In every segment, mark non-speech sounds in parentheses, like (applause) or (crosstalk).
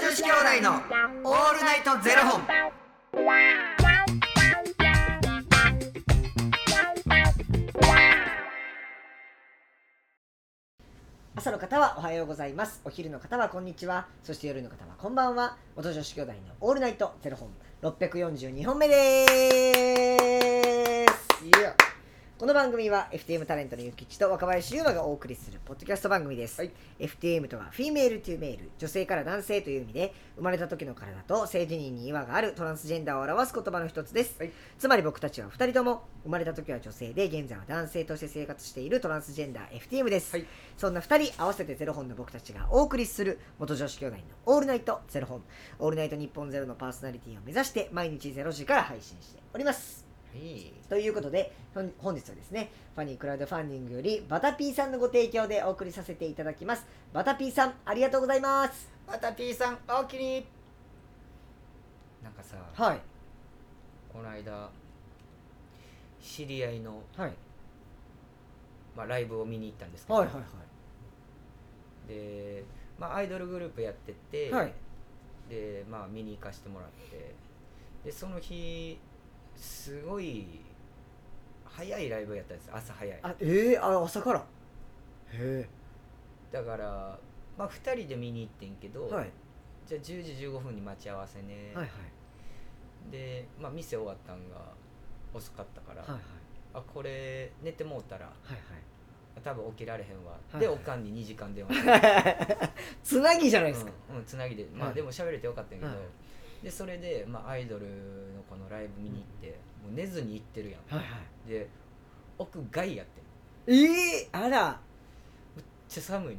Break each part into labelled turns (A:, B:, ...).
A: 子兄弟のオールナイトゼロ本。
B: 朝の方はおはようございますお昼の方はこんにちはそして夜の方はこんばんは元女子兄弟のオールナイトゼロ本642本目ですこの番組は FTM タレントのゆきちと若林優馬がお送りするポッドキャスト番組です、FTM とはフィメールというメール女性から男性という意味で生まれた時の体と性自認に違和があるトランスジェンダーを表す言葉の一つです、
C: はい
B: つまり僕たちは2人とも生まれた時は女性で現在は男性として生活しているトランスジェンダー FTM です、
C: はい
B: そんな2人合わせてゼロ本の僕たちがお送りする元女子兄弟の「オールナイトゼロ本」「オールナイト日本ゼロのパーソナリティを目指して毎日ゼロ時から配信しております
C: はい
B: ということでほん本日はですねファニークラウドファンディングよりバタピーさんのご提供でお送りさせていただきますバタピーさんありがとうございます
C: また P さんおおきになんかさ
B: はい
C: この間知り合いの、
B: はい
C: まあ、ライブを見に行ったんですけど、
B: はいはい
C: で、まあ、アイドルグループやってて、
B: はい
C: でまあ見に行かせてもらってでその日すごい早いライブやったんです朝早い
B: あええあ朝からへ
C: だからまあ2人で見に行ってんけど、
B: えはい
C: じゃあ10時15分に待ち合わせね、
B: はいはい
C: で、まあ、店終わったんが遅かったから、
B: はいはい
C: あこれ寝てもうたら
B: は
C: 多分起きられへんわ、
B: はい
C: でおかんに2時間電話して、
B: いはいつなぎじゃないですか、
C: うんうん、つなぎでまあ、
B: はい
C: でも喋れてよかったんやけど、
B: はい
C: でそれで、まあ、アイドルのこのライブ見に行って、もう寝ずに行ってるやん、
B: はいはい
C: で屋外やってん
B: ええあら
C: めっちゃ寒いのよ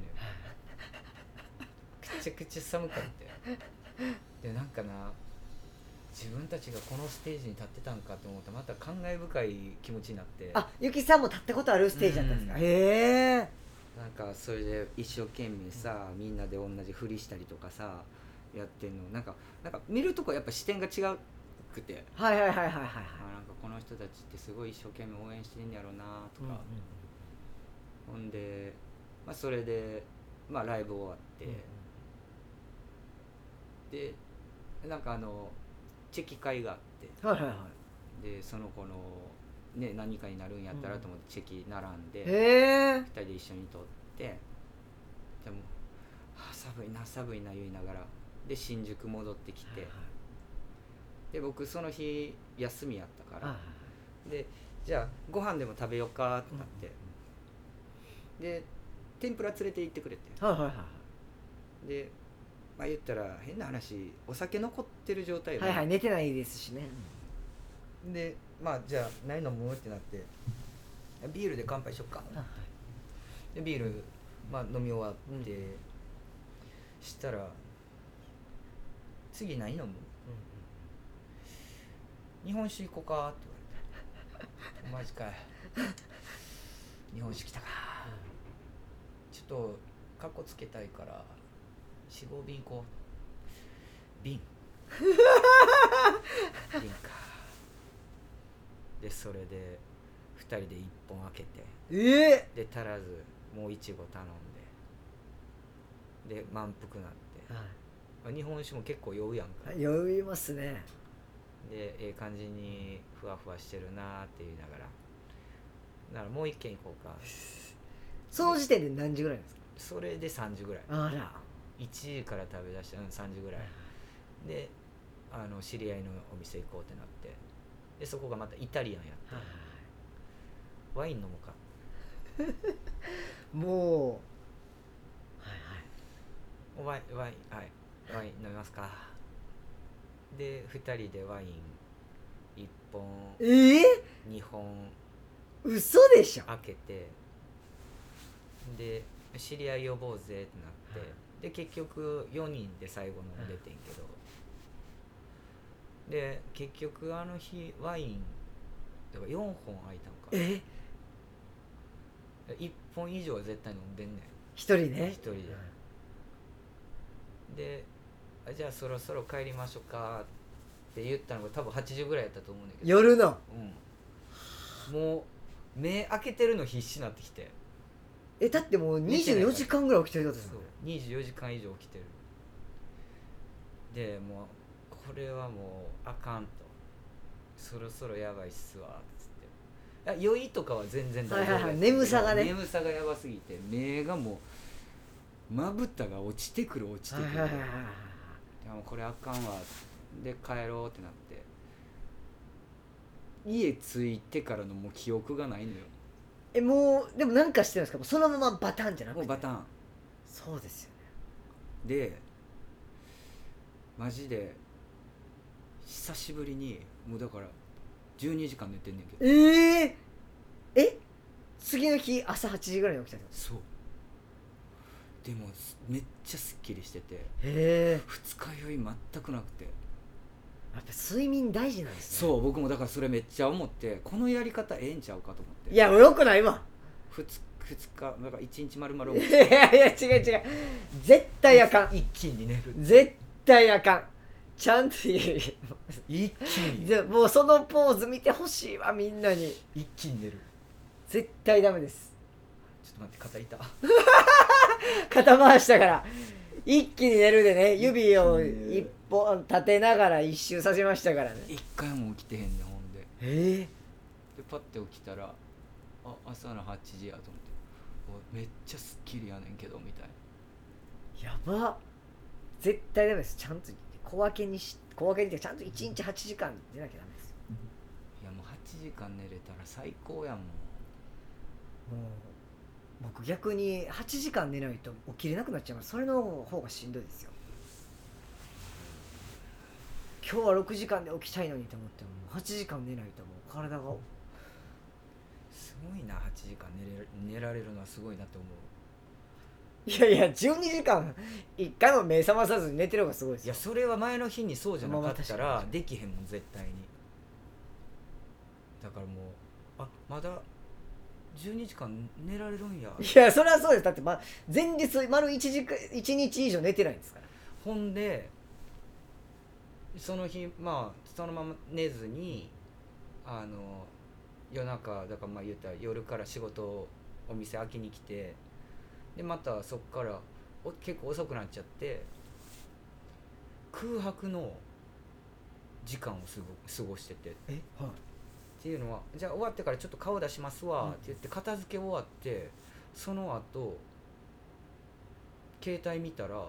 C: くちゃくちゃ寒かったよでなんかな自分たちがこのステージに立ってたんかと思ったらまた感慨深い気持ちになって
B: あゆきさんも立ったことあるステージだったんですか、
C: うん
B: へえ
C: なんかそれで一生懸命さみんなで同じふりしたりとかさやってんのなんかなんか見るとこやっぱ視点が違くて
B: はいはいはいはいはいはい
C: あなんかこの人たちってすごい一生懸命応援してんやろうなと
B: うんうん
C: か、ほんで、まあ、それで、まあ、ライブ終わって、でなんかあのチェキ会があっ
B: はいはいはい
C: てでその子の、ね、何かになるんやったらと思ってチェキ並んで、
B: へえ
C: 2人で一緒に撮ってでも「はあ寒いな寒いな」言いながらで新宿戻ってきてで僕その日休みやったからでじゃあご飯でも食べようかってなって、で天ぷら連れて行ってくれて
B: はいはいはい
C: でまあ言ったら変な話お酒残ってる状態よ
B: は
C: ね
B: いはい寝てないですしね
C: でまあじゃあ何飲むってなってビールで乾杯しよっか
B: はい
C: でビール、まあ、飲み終わって、
B: う
C: したら次何飲む日本酒行こうかって言われてマジかよ日本酒来たかちょっとカッコつけたいから45瓶行こう瓶瓶かでそれで2人で1本開けて
B: ええ
C: で足らずもういちご頼んでで満腹なって、まあ、日本酒も結構酔うやんか、で
B: 酔いますね
C: ええ感じにふわふわしてるなーって言いながらならもう一軒行こうか
B: その時点で何時ぐらいなんですか
C: それで3時ぐらい
B: あら
C: 1時から食べだしたうん3時ぐらいであの知り合いのお店行こうってなってでそこがまたイタリアンやってワイン飲むか
B: も
C: おワインワインはいワイン飲みますかで2人でワイン1本
B: うええ
C: 2本
B: 嘘でしょ
C: 開けてで知り合い呼ぼうぜってなって、
B: はい
C: で結局4人で最後飲んでてんけど、で結局あの日ワインだから4本開いたんか
B: え
C: 1本以上は絶対飲んでんね
B: 一人ね
C: 一人でんであじゃあそろそろ帰りましょうかって言ったのが多分8時ぐらいやったと思うんだけど、
B: 夜の
C: うん、もう目開けてるの必死になってきて
B: えだってもう24時間ぐらい起きてるってことです
C: そ
B: よね
C: う24時間以上起きてるでもうこれはもうあかんとそろそろやばいっすわっつってあ酔いとかは全然大丈夫
B: はいはいはい
C: やったけど
B: 眠さがね
C: 眠さがやばすぎて目がもうまぶたが落ちてくる落ちてくるで
B: はいはいはいはいはい
C: もうこれあかんわで帰ろうってなって家着いてからのもう記憶がないのよ
B: えもうでもなんかしてるんですかもうそのままバタンじゃなくて
C: もうバタ
B: ン
C: ン
B: そうですよね
C: でマジで久しぶりにもうだから12時間寝てんねんけど
B: えええ次の日朝8時ぐらいに起きたんですか
C: そうでもすめっちゃすっきりしてて
B: へえ
C: 二日酔い全くなくて
B: やっぱ睡眠大事なんですね
C: そう僕もだからそれめっちゃ思ってこのやり方ええんちゃうかと思って
B: いやよくないわ
C: 2, 日なんか1日丸々
B: いやいや違う違う絶対あかん
C: 一気に寝る
B: 絶対あかんちゃんといやいや
C: 一気に
B: じゃあもうそのポーズ見てほしいわみんなに
C: 一気に寝る
B: 絶対ダメです
C: ちょっと待って
B: (laughs)
C: 肩痛
B: 肩回したから一気に寝るでね指を一本立てながら一周させましたからね
C: 一回も起きてへんねんほんで
B: え
C: でパッて起きたらあ朝の8時やと思っておめっちゃすっきりやねんけどみたいな
B: えやば絶対ダメですちゃんと小分けにし小分けにってちゃんと1日8時間出なきゃダメです
C: いやもう8時間寝れたら最高やもん
B: もう僕逆に8時間寝ないと起きれなくなっちゃいますそれの方がしんどいですよ今日は6時間で起きたいのにと思っても8時間寝ないともう体が
C: すごいな8時間寝れる寝られるのはすごいなって思う
B: いやいや12時間1回も目覚まさずに寝てる方がすごいです
C: いや
B: よ
C: それは前の日にそうじゃなかった
B: まあまあ
C: ら
B: 確か
C: できへんもん絶対にだからもうあまだ12時間寝られるんや
B: いやそれはそうですだって、ま、前日丸1時間1日以上寝てないんですから
C: ほんでその日まあそのまま寝ずにあの夜中だからまあ言ったら夜から仕事をお店開きに来てでまたそっからお結構遅くなっちゃって空白の時間をすご過ごしててっ
B: えはい
C: ていうのはじゃあ終わってからちょっと顔出しますわって言って片付け終わってその後携帯見たら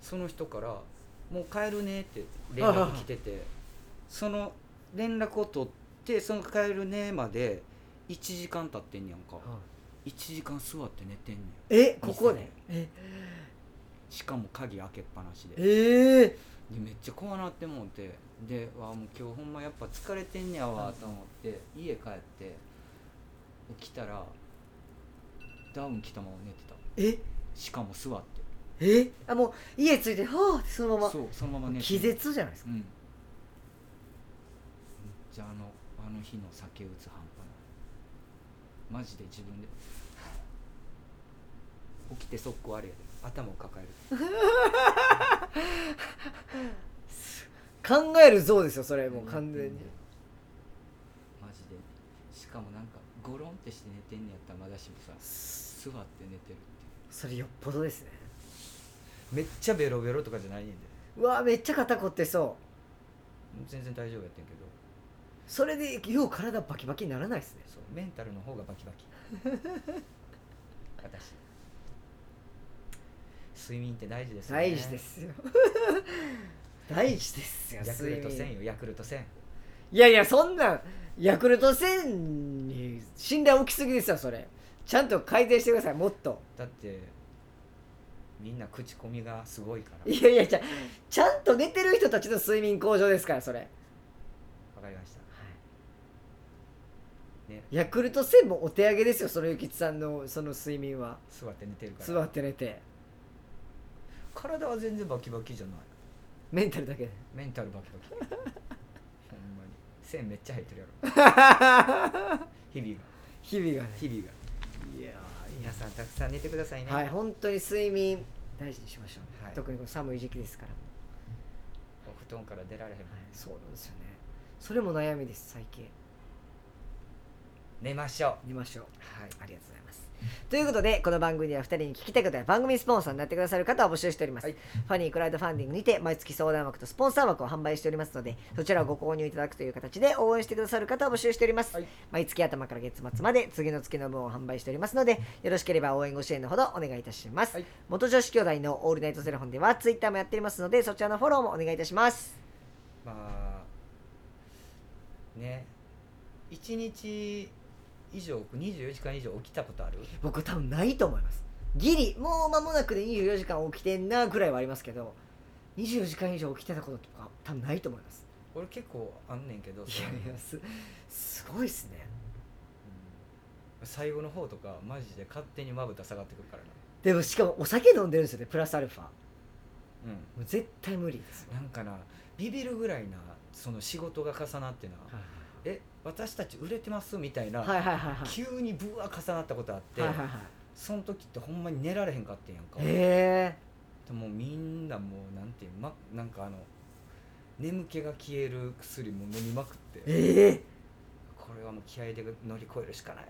C: その人から「もう帰るね」って連絡来ててその連絡を取ってその「帰るね」まで1時間経ってんねやんか1時間座って寝てんねん
B: えここねえ
C: しかも鍵開けっぱなしでで
B: ええ
C: めっちゃ怖なってもうてでわあもう今日ほんまやっぱ疲れてんねやわと思って家帰って起きたらダウン着たまま寝て
B: え
C: たしかも座って
B: えあもう家着いてはあってそのまま
C: そうそのまま寝て
B: 気絶じゃないですか
C: うんじゃああのあの日の酒打つ半端ないマジで自分で起きて速攻あれやで頭を抱える
B: 考える像ですよそれもう完全に
C: マジでしかもなんかゴロンってして寝てんねやったらまだしもさ座って寝てるって
B: それよっぽどですね
C: めっちゃベロベロとかじゃないねんで
B: うわめっちゃ肩こってそう
C: 全然大丈夫やってんけど
B: それでよう体バキバキにならないですね
C: そうメンタルの方がバキバ (laughs) キ私睡眠って大事ですよね
B: 大事ですよ (laughs) 大事ですよ
C: ヤクルト
B: 睡眠
C: 1000よヤクルト1000
B: いやいやそんなんヤクルト1000に信頼大きすぎですよそれちゃんと改善してくださいもっと
C: だってみんな口コミがすごいから
B: いやいやちゃちゃんと寝てる人たちの睡眠向上ですからそれ
C: わかりましたね
B: ヤクルト1000もお手上げですよそのゆきつさんのその睡眠は
C: 座って寝てるから
B: 座って寝て
C: 体は全然バキバキじゃない
B: メンタルだけで
C: メンタルバキバキほんまに線めっちゃ入ってるやろ
B: (laughs)
C: 日々が
B: 日々がね
C: 日々が
B: いや
C: 皆さんたくさん寝てくださいね
B: はい本当に睡眠大事にしましょう、
C: はい
B: 特にこの寒い時期ですから、
C: お布団から出られへんもん、
B: そうなんですよねそれも悩みです最近
C: 寝ましょう
B: 寝ましょう
C: は
B: あ
C: い
B: りがとうございます。ということで、この番組では2人に聞きたいことや番組スポンサーになってくださる方を募集しております。
C: はい
B: ファニークラウドファンディングにて毎月相談枠とスポンサー枠を販売しておりますので、そちらをご購入いただくという形で応援してくださる方を募集しております。
C: はい
B: 毎月頭から月末まで次の月の分を販売しておりますので、よろしければ応援ご支援のほどお願いいたします。
C: はい
B: 元女子兄弟のオールナイトゼロ本ではツイッターもやっておりますので、そちらのフォローもお願いいたします。
C: まあね1日以上24時間以上起きたことある
B: 僕多分ないと思いますギリもう間もなくで24時間起きてんなぐらいはありますけど24時間以上起きてたこととか多分ないと思います
C: 俺結構あんねんけど
B: いやいやすすごいっすね
C: うん最後の方とかマジで勝手にまぶた下がってくるから
B: でもしかもお酒飲んでるんですよねプラスアルファも
C: な、
B: う絶対無理です
C: なんかなビビるぐらいなその仕事が重なってな「え私たち売れてます?」みたいな、
B: はいはいはいはいはい
C: 急にぶわ重なったことあって、
B: はいはいはい
C: その時ってほんまに寝られへんかってんやんか、
B: へ
C: でもみんなもうなんていう、ま、なんかあの眠気が消える薬も飲みまくって
B: えええ
C: これはもう気合で乗り越えるしかない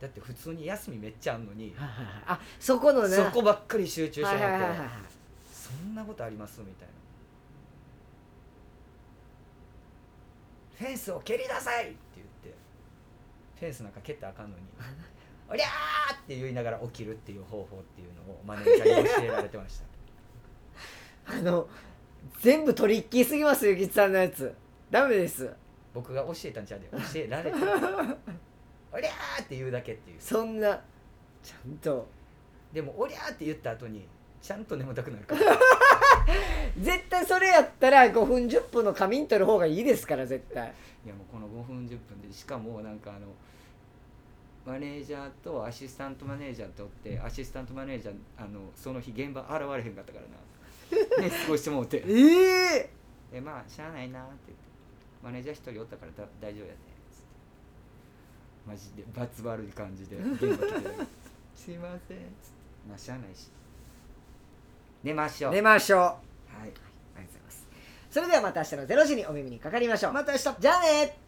C: だって普通に休みめっちゃあんのに
B: はいはいはいあそこのね
C: そこばっかり集中して
B: は
C: も
B: いはいはい
C: ら
B: は
C: っ
B: い
C: て
B: はい
C: そんなことありますみたいなフェンスを蹴りなさいって言ってフェンスなんか蹴ったらあかんのに (laughs) 「おりゃー!」って言いながら起きるっていう方法っていうのをマネージャーに教えられてました (laughs)
B: あの全部トリッキーすぎますゆきちさんのやつダメです
C: 僕が教えたんちゃうで教えられておりゃーって言うだけっていう
B: そんなちゃんと
C: でも「おりゃー!」って言った後にちゃんと眠たくなるから
B: 絶対それやったら5分10分の仮眠取る方がいいですから絶対
C: いやもうこの5分10分でしかもなんかあのマネージャーとアシスタントマネージャーとおってアシスタントマネージャーあのその日現場現れへんかったから
B: (laughs)
C: なね過ごしてもうて
B: ええ
C: でまあしゃあないなって言ってマネージャー1人おったからだ大丈夫やねつってマジで罰悪い感じで現場来
B: (laughs)
C: てすいませんつってまあしゃあないし寝ましょう
B: 寝ましょうあ
C: はい
B: りがとうございますそれではまた明日の0時にお耳にかかりましょうまた明日じゃあね